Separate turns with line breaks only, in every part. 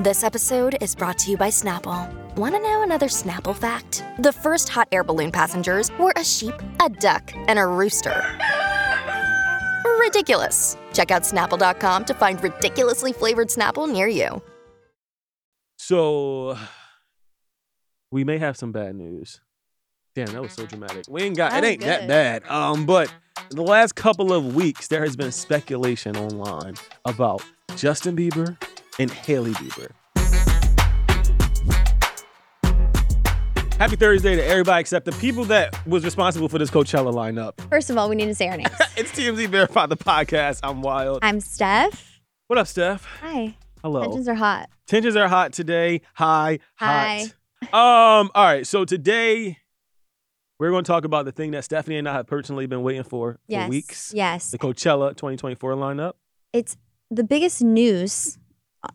This episode is brought to you by Snapple. Want to know another Snapple fact? The first hot air balloon passengers were a sheep, a duck, and a rooster. Ridiculous. Check out snapple.com to find ridiculously flavored Snapple near you.
So we may have some bad news. Damn, that was so dramatic. We ain't got
That
it
was
ain't that
good.
bad. Um, but in the last couple of weeks there has been speculation online about Justin Bieber and Haley Bieber. Happy Thursday to everybody except the people that was responsible for this Coachella lineup.
First of all, we need to say our names.
It's TMZ Verify the podcast. I'm wild.
I'm Steph.
What up, Steph?
Hi.
Hello.
Tensions are hot.
Tensions are hot today. High,
Hi.
hot. Um, all right. So today we're going to talk about the thing that Stephanie and I have personally been waiting for
Yes.
for weeks.
Yes.
The Coachella 2024 lineup.
It's the biggest news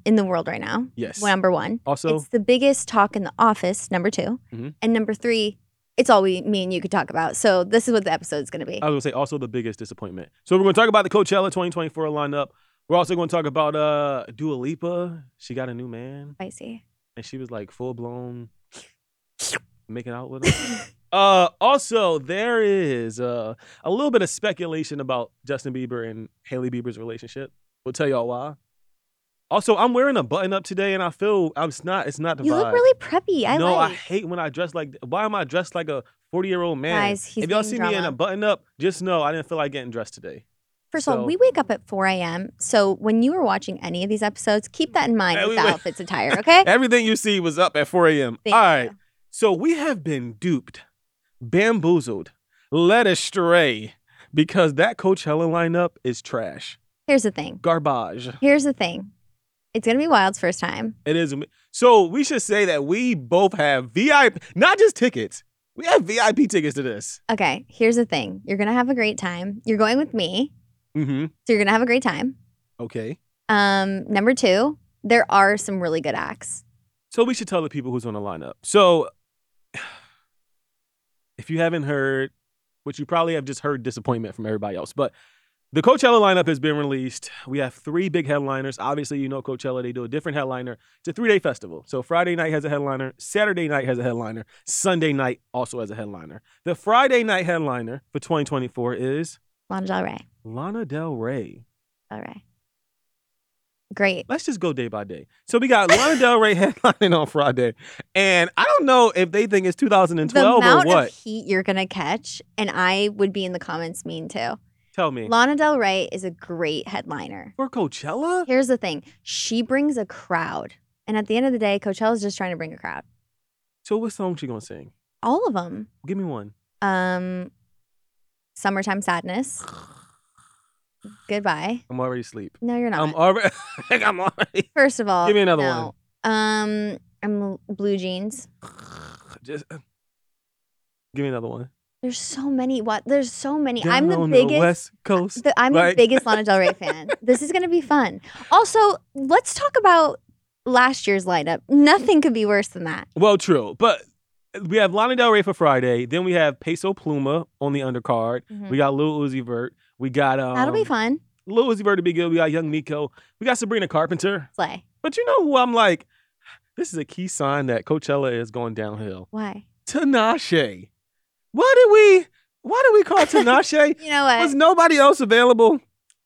in the world right now.
Yes.
Number one.
also,
it's the biggest talk in the office. Number 2
Mhm.
And number three, it's all we, me and you could talk about. So this is what the episode's going to be.
I was going to say also the biggest disappointment. So we're going to talk about the Coachella 2024 lineup. We're also going to talk about uh Dua Lipa. She got a new man
Spicy.
and she was like full blown making out with him. Uh, also, there is uh, a little bit of speculation about Justin Bieber and Haley Bieber's relationship. We'll tell y'all why. Also, I'm wearing a button up today, and I feel I'm it's not. It's not the
You
vibe.
look really preppy. I
no, I
like.
hate when I dress like. Why am I dressed like a 40 year old man?
Guys, he's
if y'all
being
see me in
drama.
a button up, just know I didn't feel like getting dressed today.
First of
so-
all, we wake up at 4 a.m. So when you are watching any of these episodes, keep that in mind
Yeah, we
with the
wa-
outfits attire, okay?
Everything you see was up at 4 a.m.
Thank
All right.
you.
So we have been duped, bamboozled, led astray because that Coachella lineup is trash.
Here's the thing.
Garbage.
Here's the thing. It's going to be Wild's first time.
It is. am- So we should say that we both have VIP, not just tickets. We have VIP tickets to this.
Okay, here's the thing. You're gonna have a great time. You're going with me,
Mm-hmm.
so you're gonna have a great time.
Okay.
Um, number two, there are some really good acts.
So we should tell the people who's on the lineup. So if you haven't heard, which you probably have just heard disappointment from everybody else, but the Coachella lineup has been released. We have three big headliners. Obviously, you know Coachella, they do a different headliner. It's a three day festival. So Friday night has a headliner, Saturday night has a headliner, Sunday night also has a headliner. The Friday night headliner for 2024 is
Lana Del Rey.
Lana Del Rey.
All right. Great.
Let's just go day by day. So we got Lana Del Rey headlining on Friday, and I don't know if they think it's
the
2012 or
amount
what.
of heat you're gonna catch, and I would be in the comments mean too.
Tell me.
Lana Del Rey is a great headliner.
For Coachella?
Here's the thing. She brings a crowd. And at the end of the day, Coachella's just trying to bring a crowd.
So what song she gonna sing?
All of them.
Give me one.
Um Summertime Sadness. Goodbye.
I'm already asleep.
No, you're not.
I'm already. I'm already.
First of all,
Um, Give me another
no. one. Um, I'm l- blue jeans.
Just give me another one.
There's so many. What? There's so many. I'm
Down
the
on
biggest.
The West Coast.
the- I'm
like-
the biggest Lana Del Rey fan. This is gonna be fun. Also, let's talk about last year's lineup. Nothing could be worse than that.
Well, true, but we have Lana Del Rey for Friday. Then we have Peso Pluma on the undercard. We got Lil Uzi Vert. We got um.
Hmm. That'll be fun.
Lil Uzi Vert to be good. We got Young Miko. We got Sabrina Carpenter.
Slay.
But you know who I'm like, this is a key sign that Coachella is going downhill.
Why?
Tinashe. Why did we why did we call Tinashe?
You know what?
Was nobody else available?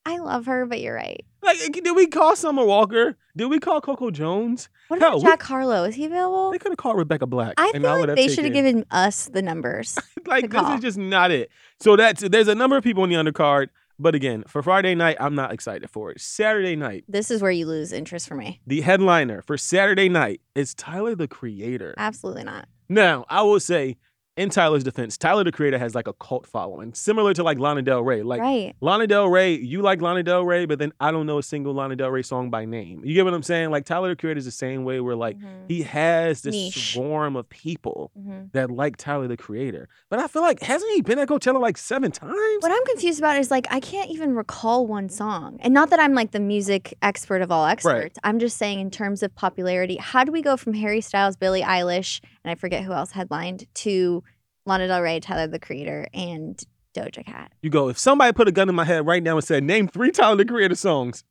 I love her, but you're right.
Like eh, did we call Summer Walker? Did we call Coco Jones?
What
Hell,
about
we-
Jack Harlow? Is he available?
They could have called Rebecca Black.
I feel
and I would
like
have
they should have
taken-
given us the numbers.
like
to
this
call.
is just not it. So that's there's a number of people in the undercard, but again, for Friday night, I'm not excited for it. Saturday night,
this is where you lose interest for me.
the headliner for Saturday night is Tyler the Creator.
Absolutely not.
Now, I will say, in Tyler's defense, Tyler the Creator has like a cult following, similar to like Lana Del Rey. Like
right.
Lana Del Rey, you like Lana Del Rey, but then I don't know a single Lana Del Rey song by name. You get what I'm saying? Like Tyler the Creator is the same way where like
Mhm.
he has this
Niche.
swarm of people
Mhm.
that like Tyler the Creator. But I feel like hasn't he been at Coachella like seven times?
What I'm confused about is like I can't even recall one song. And not that I'm like the music expert of all experts. I'm just saying in terms of popularity, how do we go from Harry Styles, Billie Eilish, and I forget who else headlined to Lana Del Rey, Tyler the Creator, and Doja Cat?
You go, if somebody put a gun in my head right now and said, name three Tyler the Creator songs.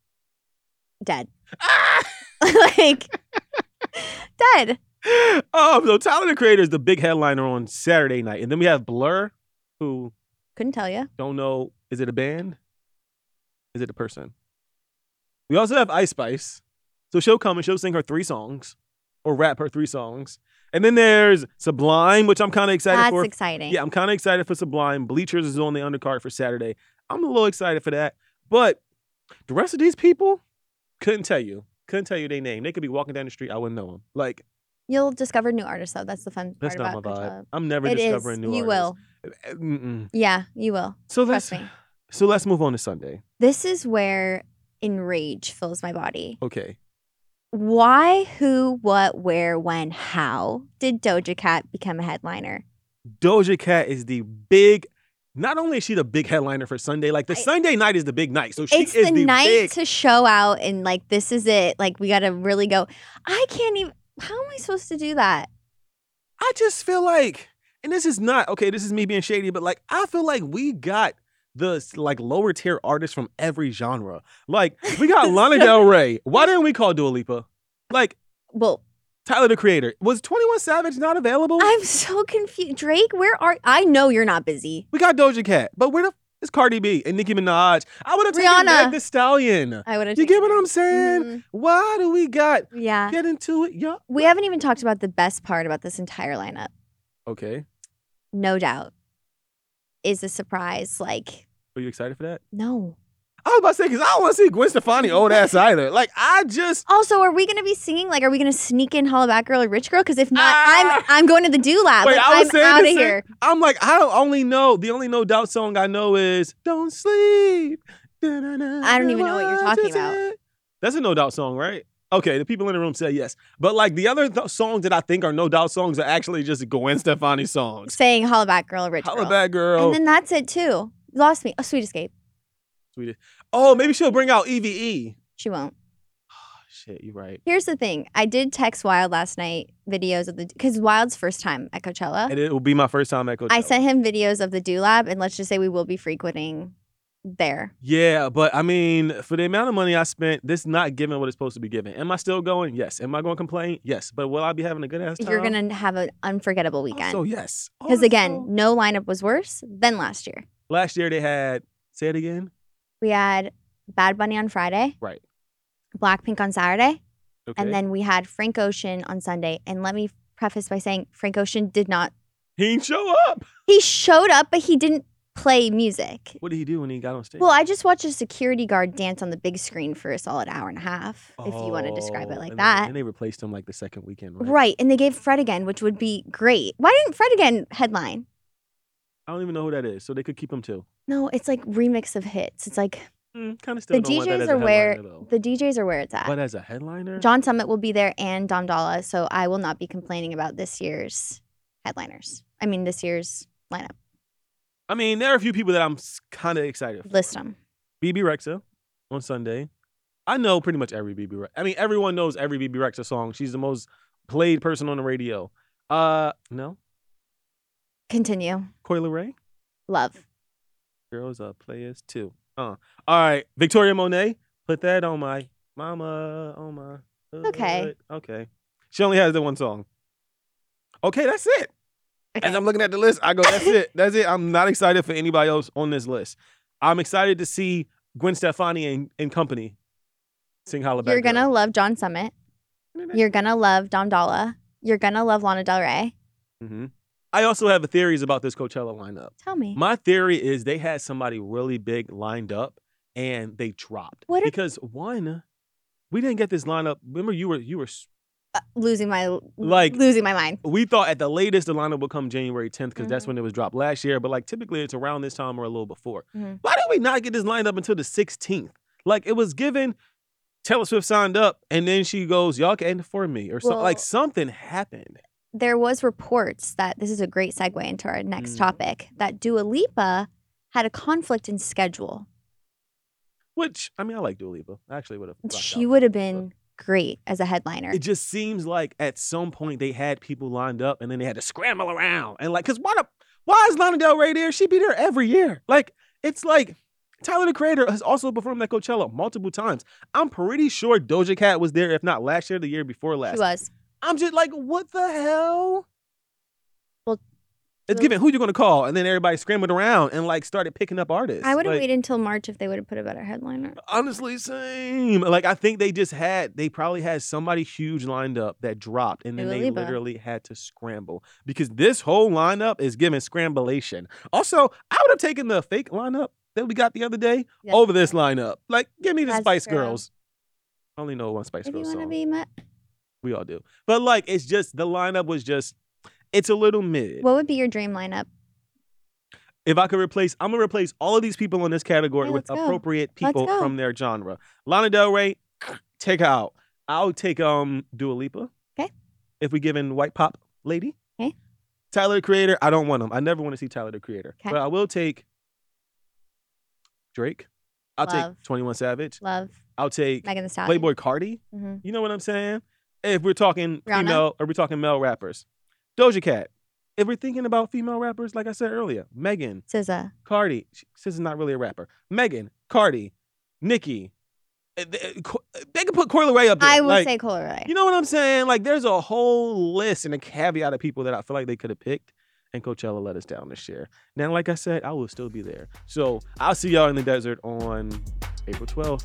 Dead.
Ah!
like said.
um, so Tyler the Creator is the big headliner on Saturday night, and then we have Blur, who
Couldn't tell you.
don't know is it a band, is it a person? We also have Ice Spice, so she'll come and she'll sing her three songs, or rap her three songs, and then there's Sublime, which I'm kind of excited
That's
for.
exciting.
Yeah, I'm kind of excited for Sublime. Bleachers is on the undercard for Saturday. I'm a little excited for that, but the rest of these people couldn't tell you. Couldn't tell you their name. They could be walking down the street, I wouldn't know them. Like
You'll discover new artists though. That's the fun
That's
part
not my
about
vibe.
Coachella.
I'm never
It is.
discovering new
you
artists.
will.
You will. Mm-mm.
Yeah, you will.
So let's
Trust me.
so let's move on to Sunday.
This is where enrage fills my body.
Okay.
Why, who, what, where, when, how did Doja Cat become a headliner?
Doja Cat is the big. Not only is she the big headliner for Sunday, like the
I-
Sunday night is the big night. So she
it's
is
the, night
big.
to show out and like this is it. Like we got to really go. I can't even. How am I supposed to do that?
I just feel like, and this is not okay. This is me being shady, but like I feel like we got the s- like lower tier artists from every genre. Like we got Lana Del Rey. Why didn't we call Dua Lipa? Like
Well,
Tyler the Creator was Twenty One Savage not available?
I'm so confused. Drake, where are? I know you're not busy.
We got Doja Cat, but where the f- is Cardi B and Nicki Minaj? I would have taken
Rihanna. Mm-hmm.
Meg The Stallion.
I would have.
You get what I'm saying? Why do we got
Yeah.
get into it? Yeah.
We haven't even talked about the best part about this entire lineup.
Okay.
No doubt is a surprise. Like,
Are you excited for that?
no.
I was about to say because I don't want to see Gwen Stefani old ass either. Like I just
Also, are we going to be singing? Like, are we going to sneak in Holla Back Girl or Rich Girl? Because if not,
Ah!
I'm I'm going to the Do Lab.
Wait,
Like,
I was
I'm
saying
out
the
of
same-
here.
I'm like I don't only know the only no doubt song I know is Don't Sleep. I
don't even know what you're talking about.
That's a no doubt song, right? Okay, the people in the room say yes, but like the other th- songs that I think are no doubt songs are actually just Gwen Stefani songs.
Saying Holla Back Girl or Rich
Holla
Girl.
back, girl.
And then that's it too. Lost me. Oh, Sweet Escape.
oh, maybe she'll bring out EVE.
She won't.
Oh, shit, you're right.
Here's the thing. I did text Wild last night videos of the because Wild's first time at Coachella.
And it will be my first time at Coachella.
I sent him videos of the Do Lab, and let's just say we will be frequenting there.
Yeah, but I mean, for the amount of money I spent, this not giving what it's supposed to be given. Am I still going? Yes. Am I going to complain? Yes. But will I be having a good ass time?
You're gonna have an unforgettable
So
weekend.
yes.
Because again,
Also,
no lineup was worse than last year.
last year they had. Say it again.
We had Bad Bunny on Friday,
Right.
Blackpink on Saturday,
Okay.
and then we had Frank Ocean on Sunday. And let me preface by saying Frank Ocean did not.
he didn't show up.
He showed up, but he didn't play music.
What did he do when he got on stage?
Well, I just watched a security guard dance on the big screen for a solid hour and a half, if you want to describe
Oh,
it like
and
that.
Then, and they replaced him like the second weekend. Right?
Right. And they gave Fred again, which would be great. Why didn't Fred again headline?
I don't even know who that is, so they could keep him too.
No, it's like remix of hits. It's like
Mm, kind of still.
the
don't want that
DJs
as
are
a
where
headliner, though.
the DJs are where it's at.
But as a headliner,
John Summit will be there and Dom Dalla, so I will not be complaining about this year's headliners. I mean this year's lineup.
I mean, there are a few people that I'm kind of excited for.
List them.
BB Rexa on Sunday. I know pretty much every BB Rexa. I mean, everyone knows every BB Rexa song. She's the most played person on the radio. Uh, no,
Continue.
Coyle Ray.
Love.
Girls are players too. Uh, all right, Victoria Monet. Put that on my mama. On my hood.
Okay.
Okay. She only has the one song. Okay, that's it. As
Okay.
I'm looking at the list, I go, that's it. That's it. I'm not excited for anybody else on this list. I'm excited to see Gwen Stefani and, and company sing Holla Back
You're gonna
Girl.
love John Summit. You're gonna love Dom Dalla. You're gonna love Lana Del Rey.
Mhm. I also have theories about this Coachella lineup.
Tell me.
My theory is they had somebody really big lined up and they dropped.
What if-
because one, we didn't get this lineup. Remember, you were you were s-
Uh, losing my
Like-
losing my mind.
we thought at the latest the lineup would come January 10th because
Mm-hmm.
that's when it was dropped last year. But like typically it's around this time or a little before.
Mhm.
Why did we not get this lined up until the 16th? Like it was given Taylor Swift signed up and then she goes, Y'all can for me or something. Like
Well-
something happened.
there was reports that this is a great segue into our next
Mm.
topic that Dua Lipa had a conflict in schedule.
Which I mean I like Dua Lipa. I actually would have
she would have been great as a headliner.
It just seems like at some point they had people lined up and then they had to scramble around and like, cause why the why is Lana Del Rey there? She be there every year. Like it's like Tyler the Creator has also performed at Coachella multiple times. I'm pretty sure Doja Cat was there, if not last year, the year before
she
last.
was.
I'm just like, what the hell?
Well,
it's
the-
given who you're gonna call, and then everybody scrambled around and like started picking up artists.
I would have
Like,
waited until March if they would have put a better headliner.
Honestly, same. Like I think they just had they probably had somebody huge lined up that dropped, and then
Dua
they
Lipa.
literally had to scramble because this whole lineup is giving scramblation. Also, I would have taken the fake lineup that we got the other day
Yeah.
over this lineup. Like, give me the
Spice
Spice
Girls.
Girls. I only know one Spice
If you
Girls
want to
song.
be my,
we all do, but like, it's just the lineup was just. It's a little mid.
what would be your dream lineup?
If I could replace, I'm gonna replace all of these people in this category
Yeah,
with
let's go.
appropriate
Let's
people
go.
from their genre. Lana Del Rey, take her out. I'll take um Dua Lipa.
'Kay.
If we give in white pop lady.
'Kay.
Tyler the Creator, I don't want him. I never want to see Tyler the Creator.
'Kay.
But I will take Drake. I'll
Love.
take 21 Savage.
Love
I'll take
Megan Thee Stallion.
Playboy Cardi.
hmm
You know what I'm saying? If we're talking
Rihanna.
female, or we're talking male rappers, Doja Cat. If we're thinking about female rappers, like I said earlier, Megan.
SZA.
Cardi. She, SZA's not really a rapper. Megan, Cardi, Nicki. Uh, th- uh, Co- uh, They could put Coil Ray up there.
I will
Like,
say Cola Ray.
You know what I'm saying? Like, there's a whole list and a caveat of people that I feel like they could have picked, and Coachella let us down this year. Now, like I said, I will still be there. So I'll see y'all in the desert on April 12th.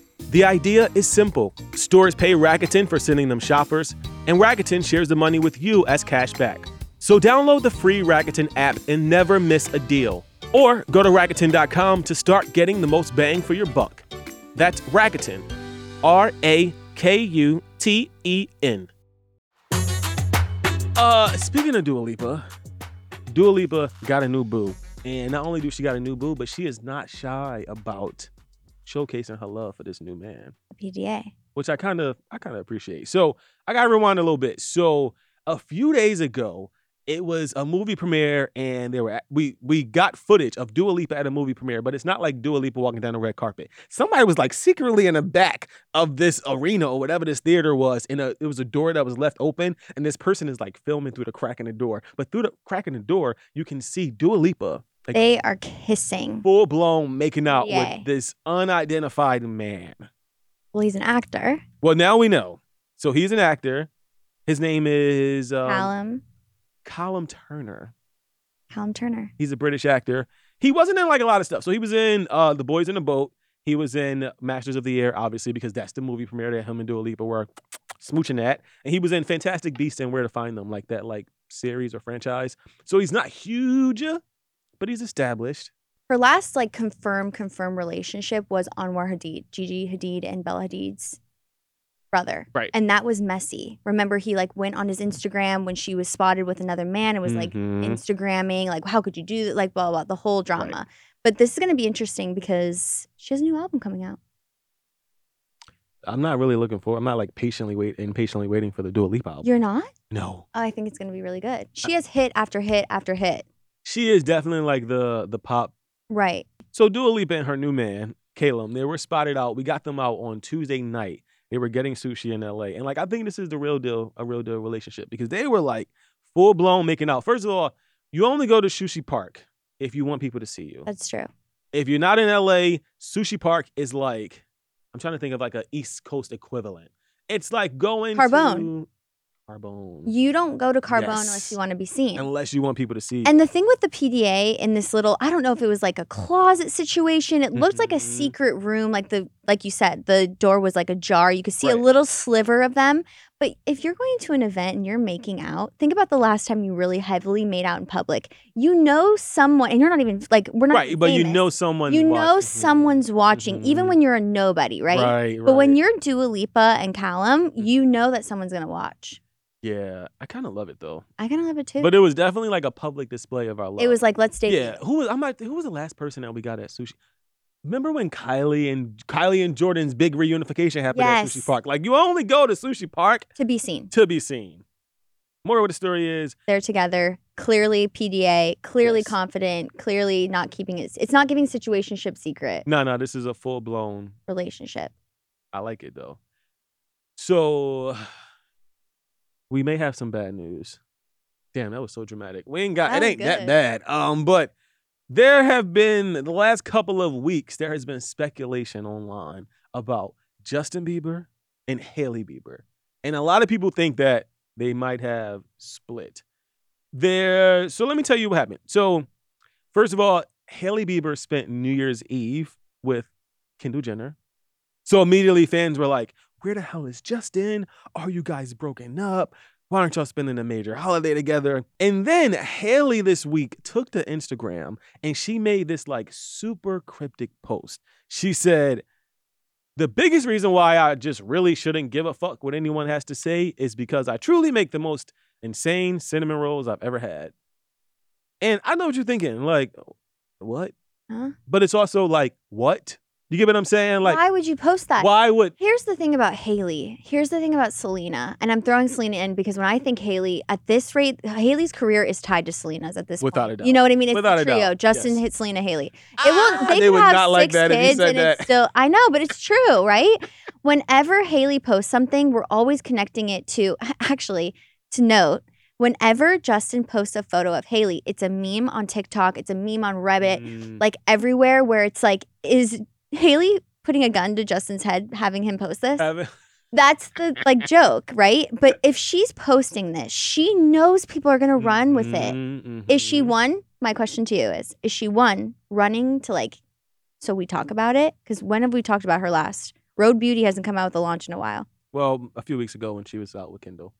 The idea is simple stores pay Rakuten for sending them shoppers, and Rakuten shares the money with you as cash back. So download the free Rakuten app and never miss a deal. Or go to Rakuten.com to start getting the most bang for your buck. That's Rakuten, R A K U T E N. Uh, speaking of Dua Lipa, Dua Lipa got a new boo. And not only do she got a new boo, but she is not shy about showcasing her love for this new man,
PDA.
which I kind of I kind of appreciate. So I gotta rewind a little bit. So a few days ago, it was a movie premiere, and there were we we got footage of Dua Lipa at a movie premiere, but it's not like Dua Lipa walking down the red carpet. Somebody was like secretly in the back of this arena or whatever this theater was, and a, it was a door that was left open, and this person is like filming through the crack in the door. But through the crack in the door, you can see Dua Lipa Like-
They are kissing.
full blown making out
Yay.
with this unidentified man.
Well, he's an actor.
Well, now we know. So he's an actor. His name is um,
Callum.
Colum Turner.
Callum Turner.
He's a British actor. He wasn't in like a lot of stuff. So he was in uh, The Boys in a Boat. He was in Masters of the Air, obviously, because that's the movie premiere that him and Dua Lipa were smooching at. And he was in Fantastic Beasts and Where to Find Them, like that like series or franchise. So he's not huge, but he's established.
Her last like confirmed confirmed relationship was Anwar Hadid, Gigi Hadid, and Bella Hadid's brother.
Right.
And that was messy. Remember, he like went on his Instagram when she was spotted with another man and was like
Mhm.
Instagramming, like how could you do that? Like blah blah, blah the whole drama. But this is gonna be interesting because she has a new album coming out.
I'm not really looking for. I'm not like patiently wait impatiently waiting for the Dua Lipa album.
You're not?
no,
Oh, I think it's gonna be really good.
Uh,
She has hit after hit after hit.
she is definitely like the the pop.
Right.
So Dua Lipa and her new man Calum, they were spotted out. We got them out on Tuesday night. They were getting sushi in L.A. and like I think this is the real deal, a real deal relationship because they were like full blown making out. First of all, you only go to Sushi Park if you want people to see you.
That's true.
If you're not in LA, Sushi Park is like I'm trying to think of like a East Coast equivalent. It's like going
Carbone.
to Carbone.
You don't go to Carbone
Yes.
unless you want to be seen.
unless you want people to see. you.
And the thing with the PDA in this little, I don't know if it was like a closet situation. It looked like a
Mhm.
secret room, like the like you said, the door was like ajar. You could see a
Right.
little sliver of them. But if you're going to an event and you're making out, think about the last time you really heavily made out in public. You know someone, and you're not even like we're not
right,
even
but you
famous.
know someone.
you
wa-
know
Mhm.
someone's watching, even
Mhm.
when you're a nobody, right?
Right, right. Mm-hmm.
But when you're Dua Lipa and Callum, you know that someone's gonna watch.
yeah, I kind of love it though.
I kind of love it too.
But it was definitely like a public display of our love.
it was like let's date.
yeah. Who was I'm not, who was the last person that we got at sushi? Remember when Kylie and Kylie and Jordan's big reunification happened at
Yes.
Sushi Park? Like you only go to Sushi Park
to be seen.
to be seen. Moral of the story is
They're together. Clearly PDA, clearly
Yes.
confident, clearly not keeping it. It's not giving situationship secret
no, no. This is a full blown.
relationship.
I like it though. So we may have some bad news. Damn, that was so dramatic. We ain't got
That
it
was
ain't that
good.
bad. Um, but there have been the last couple of weeks, there has been speculation online about Justin Bieber and Haley Bieber. And a lot of people think that they might have split. There, so let me tell you what happened. So, first of all, Haley Bieber spent New Year's Eve with Kendall Jenner. So immediately fans were like, Where the hell is Justin? Are you guys broken up? Why aren't y'all spending a major holiday together? And then Haley this week took to Instagram and she made this like super cryptic post. She said, The biggest reason why I just really shouldn't give a fuck what anyone has to say is because I truly make the most insane cinnamon rolls I've ever had. And I know what you're thinking, like, what?
Huh?
But it's also like, what? You get what I'm saying? Like,
Why would you post that?
why would
Here's the thing about Haley. Here's the thing about Selena, and I'm throwing Selena in because when I think Haley, at this rate, Haley's career is tied to Selena's at this
Without
point.
a doubt.
You know what I mean? It's
Without
the
a doubt,
trio: Justin,
yes.
hit Selena, Haley. It will. They,
they
could
would
have
not
six
like that if
kids,
you said
and
that.
it's still. I know, but it's true, right? Whenever Haley posts something, we're always connecting it to. Actually, to note, whenever Justin posts a photo of Haley, it's a meme on TikTok. It's a meme on Reddit.
Mm,
Like everywhere, where it's like, is Haley putting a gun to Justin's head, having him post this?
have it-
That's the like joke, right? But if she's posting this, she knows people are gonna run with it.
Mhm,
Is she
mhm.
one? My question to you is: Is she one running to like? So we talk about it because when have we talked about her last? Road Beauty hasn't come out with a launch in a while.
Well, a few weeks ago when she was out with Kendall.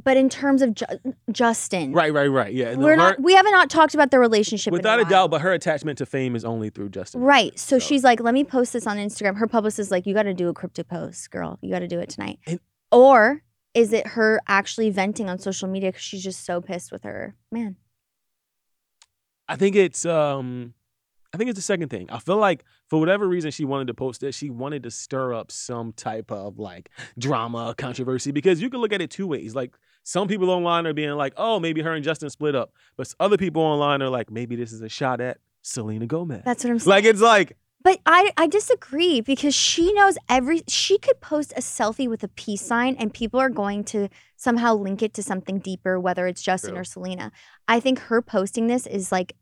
But in terms of Ju- Justin,
Right, right, right. Yeah, and
Mm. We're
her-
not. We haven't not talked about their relationship in
without a
while.
doubt. But her attachment to fame is only through Justin. Bieber,
Right. So she's like, let me post this on Instagram. Her publicist is like, you got to do a crypto post, girl. You got to do it tonight.
And-
or is it her actually venting on social media because she's just so pissed with her man?
I think it's um, I think it's the second thing. I feel like for whatever reason she wanted to post this, she wanted to stir up some type of like drama, controversy. Because you can look at it two ways. Like some people online are being like, oh, maybe her and Justin split up, but s- other people online are like, maybe this is a shot at Selena Gomez.
That's what I'm saying.
like it's like
But I, I disagree because she knows every. She could post a selfie with a peace sign and people are going to somehow link it to something deeper, whether it's Justin
True.
or Selena. I think her posting this is like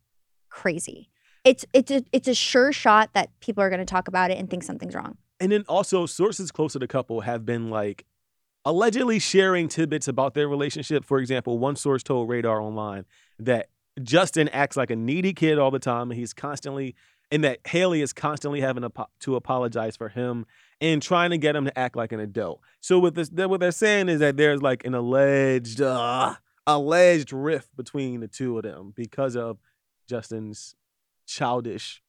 crazy. It's it's a, it's a sure shot that people are going to talk about it and think something's wrong.
And then also, sources close to the couple have been like allegedly sharing tidbits about their relationship. For example, one source told Radar Online that Justin acts like a needy kid all the time, and he's constantly, and that Haley is constantly having apo- to apologize for him and trying to get him to act like an adult. So what this, that what they're saying is that there's like an alleged, uh, alleged rift between the two of them because of Justin's childish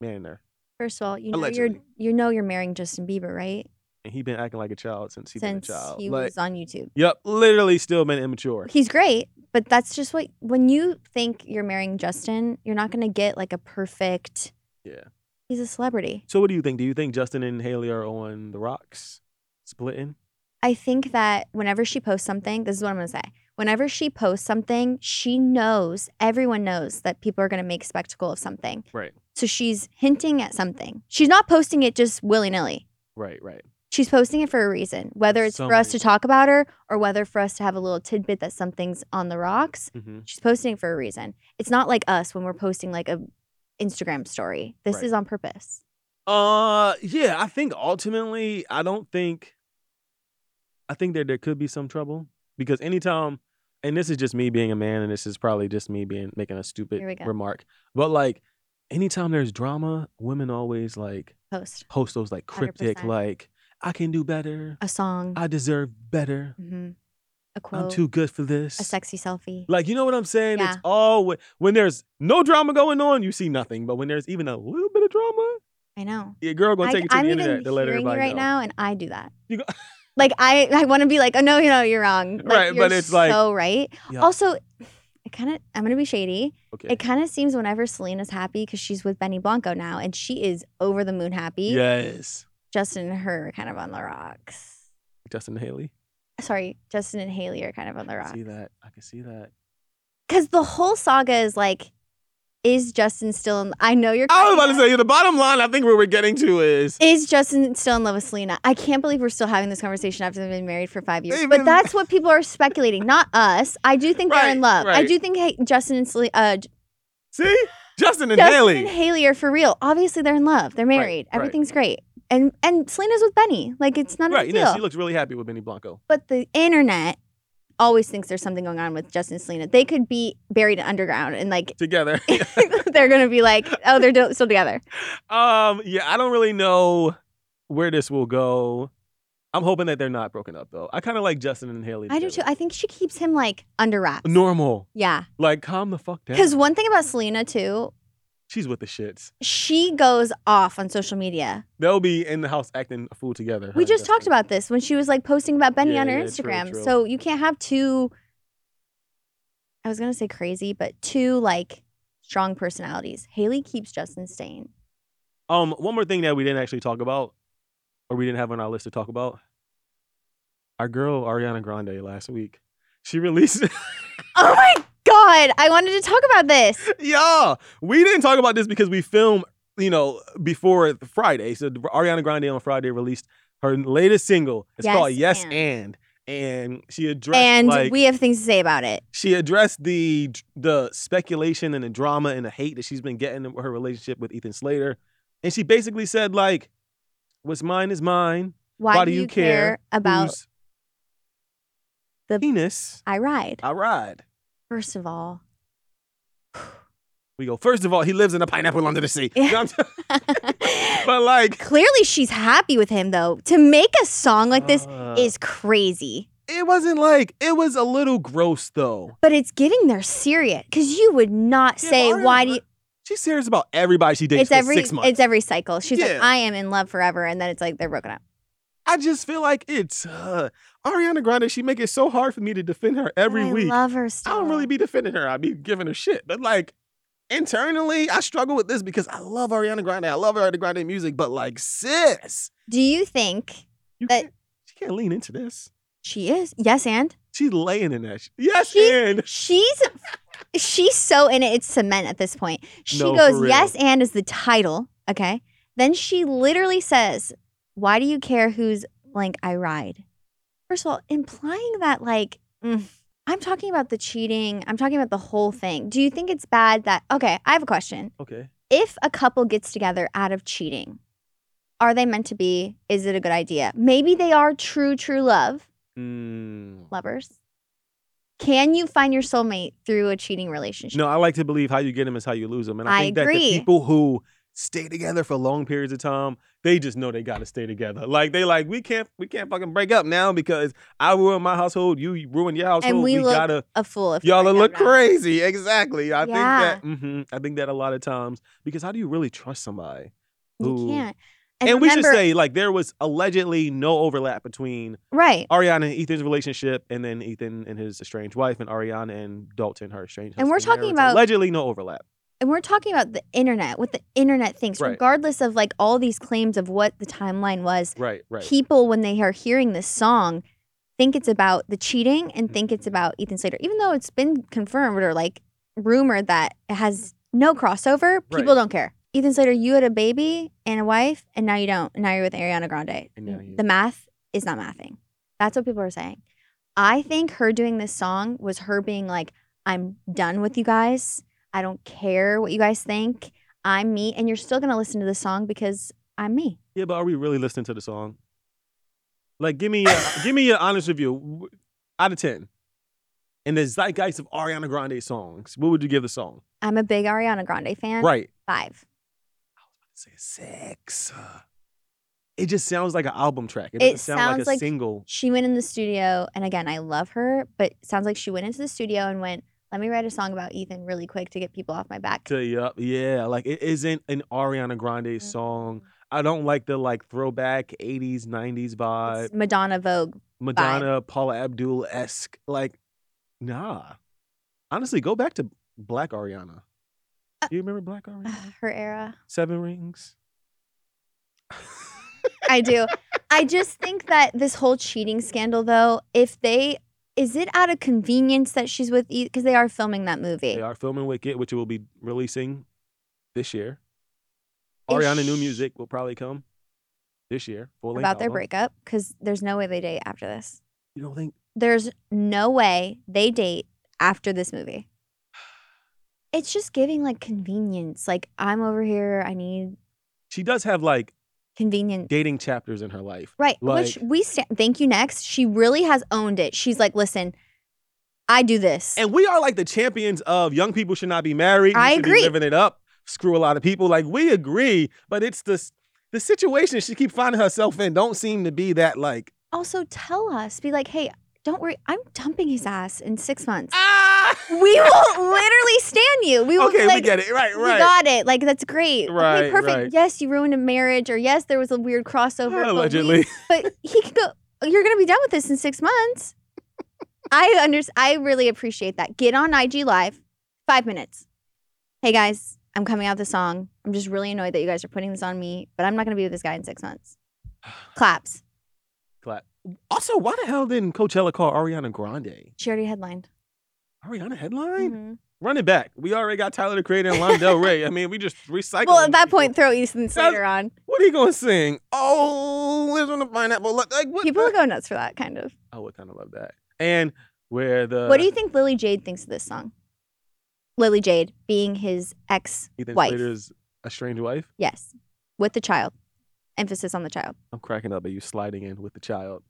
manner,
First of all, you know
Allegedly.
you're you know you're marrying Justin Bieber, right?
and he's been acting like a child since he's
Since
been a child.
he
Like-
was on YouTube.
Yep, literally still been immature.
He's great, but that's just what when you think you're marrying Justin, you're not going to get like a perfect
Yeah.
He's a celebrity.
So what do you think? Do you think Justin and Haley are on the rocks, splitting?
I think that whenever she posts something, this is what I'm gonna say. Whenever she posts something, she knows, everyone knows that people are gonna make spectacle of something.
Right.
So she's hinting at something. She's not posting it just willy nilly.
Right, right.
She's posting it for a reason, whether it's
Some
for us to
reason.
talk about her or whether for us to have a little tidbit that something's on the rocks.
Mm-hmm.
She's posting it for a reason. It's not like us when we're posting like a Instagram story. This
Right.
is on purpose.
Uh, yeah. I think ultimately, I don't think. I think that there could be some trouble because anytime, and this is just me being a man, and this is probably just me being making a
Here we
stupid
go.
remark, but like, anytime there's drama, women always like
Post
post those like cryptic,
100%.
like, "I can do better,"
a song,
"I deserve better,"
hmm a
"I'm
quote,
too good for this,"
a sexy selfie.
Like you know what I'm saying? It's
Yeah.
all when, when there's no drama going on, you see nothing. But when there's even a little bit of drama,
I know.
your girl gonna take it to
I'm
the
even
internet to let
hearing
everybody
you right
know.
now, and I do that.
You go-
like I, I want to be like, oh no, you know, you're wrong. Like,
Right, but
you're
it's like-
so right.
Yeah.
Also, it kind of I'm gonna be shady.
okay.
It kind of seems whenever Selena's happy because she's with Benny Blanco now, and she is over the moon happy.
yes,
Justin and her are kind of on the rocks.
Justin Haley.
sorry, Justin and Haley are kind of on the
I can
rock.
see that. I can see that.
Because the whole saga is like, is Justin still in I know you're
I was
crying
about to
now.
say the bottom line. I think where we're getting to is
Is Justin still in love with Selena? I can't believe we're still having this conversation after they've been married for five years.
They've
but
been-
that's what people are speculating, not us. I do think they're in
Right,
love. I
right.
do think hey, Justin and Selena, uh,
see Justin and
Justin
Haley.
and Haley are for real. Obviously, they're in love. They're married.
right.
Everything's great. And and Selena's with Benny. Like it's not a
right.
big
Yeah,
deal.
she looks really happy with Benny Blanco.
but the internet always thinks there's something going on with Justin and Selena. They could be buried underground and like
Together.
they're gonna be like, oh, they're do- still together.
um, yeah, I don't really know where this will go. I'm hoping that they're not broken up though. I kinda like Justin and Haley.
I do too.
together.
I think she keeps him like under wraps.
Normal.
Yeah.
Like calm the fuck down.
Because one thing about Selena too,
She's with the shits.
she goes off on social media.
They'll be in the house acting a fool together.
we just talked about this when she was like posting about Benny
Yeah,
on her
yeah, true,
Instagram.
true.
So you can't have two. I was gonna say crazy, but two like strong personalities. Haley keeps Justin staying.
Um, one more thing that we didn't actually talk about, or we didn't have on our list to talk about. Our girl Ariana Grande last week, she released.
Oh my god! I wanted to talk about this.
Y'all, we didn't talk about this because we filmed, you know, before Friday. So Ariana Grande on Friday released her latest single. It's
Yes,
called Yes
and.
and. and she addressed
And
like
we have things to say about it.
she addressed the the speculation and the drama and the hate that she's been getting in her relationship with Ethan Slater, and she basically said like, "What's mine is mine."
Why, do you, care, about
whose
the-
penis
I ride?
I ride.
First of all,
We go. First of all, he lives in a pineapple under the sea. You know what I'm saying? but like,
clearly she's happy with him though. To make a song like this
uh,
is crazy.
It wasn't like it was a little gross though.
But it's getting there serious because you would not
Yeah,
say
Ariana
why do you.
She's serious about everybody she dates
It's
for
every
six months.
it's every cycle. She's
Yeah.
like, I am in love forever, and then it's like they're broken up.
I just feel like it's uh, Ariana Grande. She make it so hard for me to defend her every
I
week.
love her.
I don't
still.
really be defending her. I be giving her shit. But like internally, I struggle with this because I love Ariana Grande. I love Ariana Grande music, but like sis,
Do you think
you
But-
can't, she can't lean into this.
she is? Yes, and
She's laying in that. Sh- yes,
She-
and
she's she's so in it. It's cement at this point. She
No, for
goes,
real.
"Yes, and" is the title. Okay, then she literally says, "Why do you care who's blank I ride?" First of all, implying that like. mm, I'm talking about the cheating. I'm talking about the whole thing. Do you think it's bad that okay, I have a question.
okay,
if a couple gets together out of cheating, are they meant to be? Is it a good idea? Maybe they are true, true love
Mm.
lovers. Can you find your soulmate through a cheating relationship?
no, I like to believe how you get them is how you lose them, and I,
I
think that
agree.
the people who stay together for long periods of time, they just know they got to stay together. Like they like we can't we can't fucking break up now because I ruined my household, you ruined your household.
And we look
gotta
A fool. If
Y'all
you
look
break up now.
crazy. Exactly. I think that. hmm I think that a lot of times because how do you really trust somebody?
You
who-
can't.
And,
And,
we should
remember-
say like there was allegedly no overlap between
right.
Ariana and Ethan's relationship, and then Ethan and his estranged wife, and Ariana and Dalton, her estranged.
And we're
husband. There
talking
was
about-
allegedly no overlap.
And we're talking about the internet, what the internet thinks,
Right.
regardless of like all these claims of what the timeline was.
Right. Right.
people when they are hearing this song think it's about the cheating and think
Mm-hmm.
it's about Ethan Slater, even though it's been confirmed or like rumored that it has no crossover. People
Right.
don't care. Ethan Slater, you had a baby and a wife, and now you don't. And now you're with Ariana Grande.
And now you-
The math is not mathing. That's what people are saying. I think her doing this song was her being like, I'm done with you guys. I don't care what you guys think. I'm me, and you're still gonna listen to this song because I'm me.
yeah, but are we really listening to the song? Like, give me a, give me your honest review W- out of ten. In the zeitgeist of Ariana Grande songs, what would you give the song?
I'm a big Ariana Grande fan.
Right.
Five.
say six. It just sounds like an album track. It,
It
doesn't sound like a
sounds like-
single.
She went in the studio, and again, I love her, but it sounds like she went into the studio and went, "Let me write a song about Ethan really quick to get people off my back."
To, yup, yeah, like it isn't an Ariana
Mm.
Grande song. I don't like the like throwback '80s, '90s vibe.
It's Madonna Vogue.
Madonna, Paula Abdul esque. Like, nah. Honestly, go back to Black Ariana.
Uh, uh-huh.
Do you remember Black Ariana?
Her era.
Seven Rings.
I do. I just think that this whole cheating scandal, though, if they is it out of convenience that she's with because they are filming that movie.
They are filming Wicked, which will be releasing this year. Ariana new music will probably come this year.
About their breakup because there's no way they date after this.
You don't think?
There's no way they date after this movie. It's just giving like convenience. Like I'm over here. I need
She does have like
convenience.
dating chapters in her life.
Right.
Like-
Which we sta- thank you next. She really has owned it. She's like, listen, I do this.
And we are like the champions of young people should not be married. You
I
should be
agree.
living it up. Screw a lot of people. Like we agree, but it's this the situation she keeps finding herself in don't seem to be that like
also tell us, be like, hey, don't worry, I'm dumping his ass in six months.
ah.
we will literally stand you. We will be
okay, we
like,
get it. Right,
"We
right.
got it. Like that's great.
Right,
okay, perfect.
right.
Yes, you ruined a marriage, or yes, there was a weird crossover. but we-
Allegedly.
but, he could go. You're gonna be done with this in six months. I under. I really appreciate that. Get on IG Live, five minutes. Hey guys, I'm coming out with a song. I'm just really annoyed that you guys are putting this on me, but I'm not gonna be with this guy in six months. Claps.
Clap. Also, why the hell didn't Coachella call Ariana Grande?
She already headlined.
Ariana headline?
Mhm.
Run it back. We already got Tyler the Creator and Lana Del Rey. I mean, we just recycled.
Well, at that point, throw Ethan
That's-
Slater on.
what are you gonna sing? Oh, lives on the pineapple. Like what?
People
the-
will go nuts for that kind of.
I would kind of love that. And where the
what do you think Lily Jade thinks of this song? Lily Jade being his ex,
Ethan
wife?
Slater's estranged wife?
yes, with the child. Emphasis on the child.
I'm cracking up at you sliding in with the child.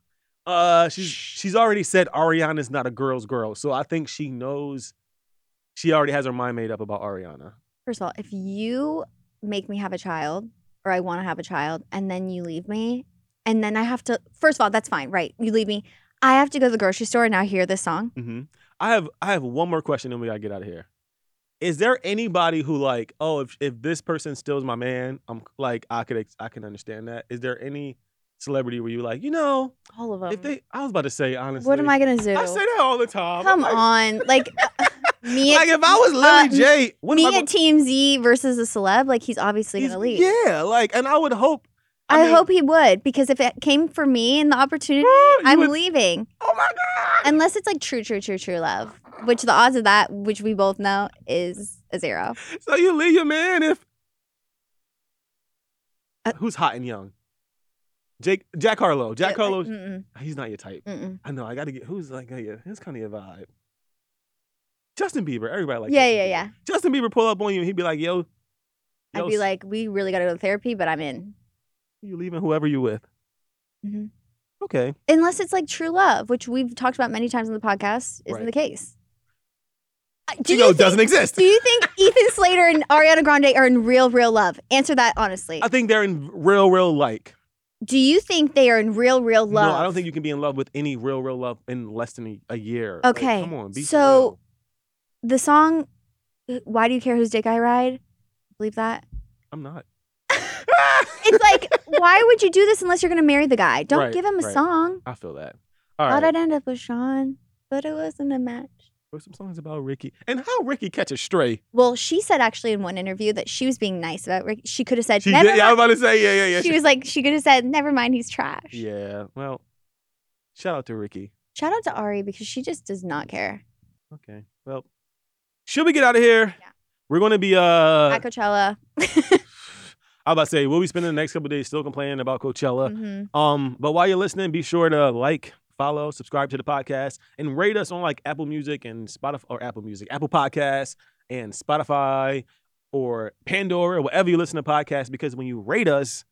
Uh, she's she's already said Ariana's not a girl's girl, so I think she knows. She already has her mind made up about Ariana.
First of all, if you make me have a child or I want to have a child and then you leave me, and then I have to, first of all, that's fine, right? You leave me. I have to go to the grocery store and now hear this song.
Mm-hmm. I have I have one more question, and we gotta get out of here. Is there anybody who like, oh, if if this person steals my man, I'm like, I could ex- I can understand that. Is there any celebrity where you like, you know,
All of them.
if they, I was about to say honestly,
Um, what am I going to do?
I say that all the time.
Come
Like-
on. Like, me at,
Like if I was
uh,
Lily J, what am
me
I gonna-
at Team Z versus a celeb, like, he's obviously going
He's-
to leave.
Yeah, like, and I would hope.
I,
mean,
hope he would because if it came for me and the opportunity,
you
I'm
would-
leaving.
Oh my god!
Unless it's like true, true, true, true love, which the odds of that, which we both know, is a zero.
so you leave your man if
Uh,
who's hot and young? Jake Jack Harlow. Jack
Yeah, like, mm.
Harlow.
mm-mm,
he's not your type.
mm-mm.
I know. I got to get who's like uh, yeah, who's kind of your vibe. Justin Bieber. Everybody like.
yeah,
Justin
yeah,
Bieber.
yeah.
Justin Bieber pull up on you and he'd be like, "Yo, yo,
I'd be like, we really got to go to therapy, but I'm in.
you leaving whoever you with."
Mhm.
Okay.
Unless it's like true love, which we've talked about many times on the podcast, isn't
Right.
the case. Uh, Do
She
you,
goes,
think,
doesn't exist.
do you think Ethan Slater and Ariana Grande are in real, real love? Answer that honestly.
I think they're in real, real like.
Do you think they are in real, real love?
No, I don't think you can be in love with any real, real love in less than a, a year.
Okay,
Like, come on. Be for
so-
real.
the song "Why Do You Care Whose Dick I Ride." Believe that.
I'm not.
It's like, why would you do this unless you're gonna marry the guy? Don't
Right,
give him a
right.
song.
I feel that. All
Thought
right.
I'd end up with Sean, but it wasn't a match.
What's some songs about Ricky and how Ricky catches stray.
Well, she said actually in one interview that she was being nice about Rick. She could have said,
She
"Never."
did, yeah, I was
mind.
about to say, yeah, yeah, yeah.
she was like, she could have said, "Never mind, he's trash."
yeah. Well, shout out to Ricky.
Shout out to Ari because she just does not care.
Okay. Well, should we get out of here?
Yeah.
We're going to be uh
At Coachella,
I was about to say we'll be spending the next couple days still complaining about Coachella.
Mhm.
Um, but while you're listening, be sure to like, follow, subscribe to the podcast, and rate us on like Apple Music and Spotify or Apple Music, Apple Podcasts and Spotify or Pandora, wherever you listen to podcasts, because when you rate us,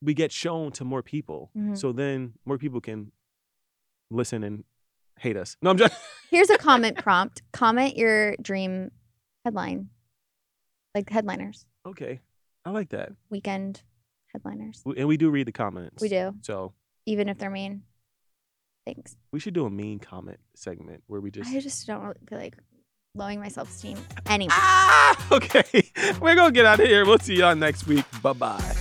we get shown to more people.
Mhm.
So then more people can listen and hate us. No, I'm just
here's a comment prompt: comment your dream headline, like headliners,
okay. I like that.
weekend headliners.
We- And we do read the comments.
We do.
So
even if they're mean. Thanks.
we should do a mean comment segment where we just
I just don't really feel like lowering my self esteem. Anyway.
Ah! Okay. We're going to get out of here. We'll see y'all next week. Bye bye.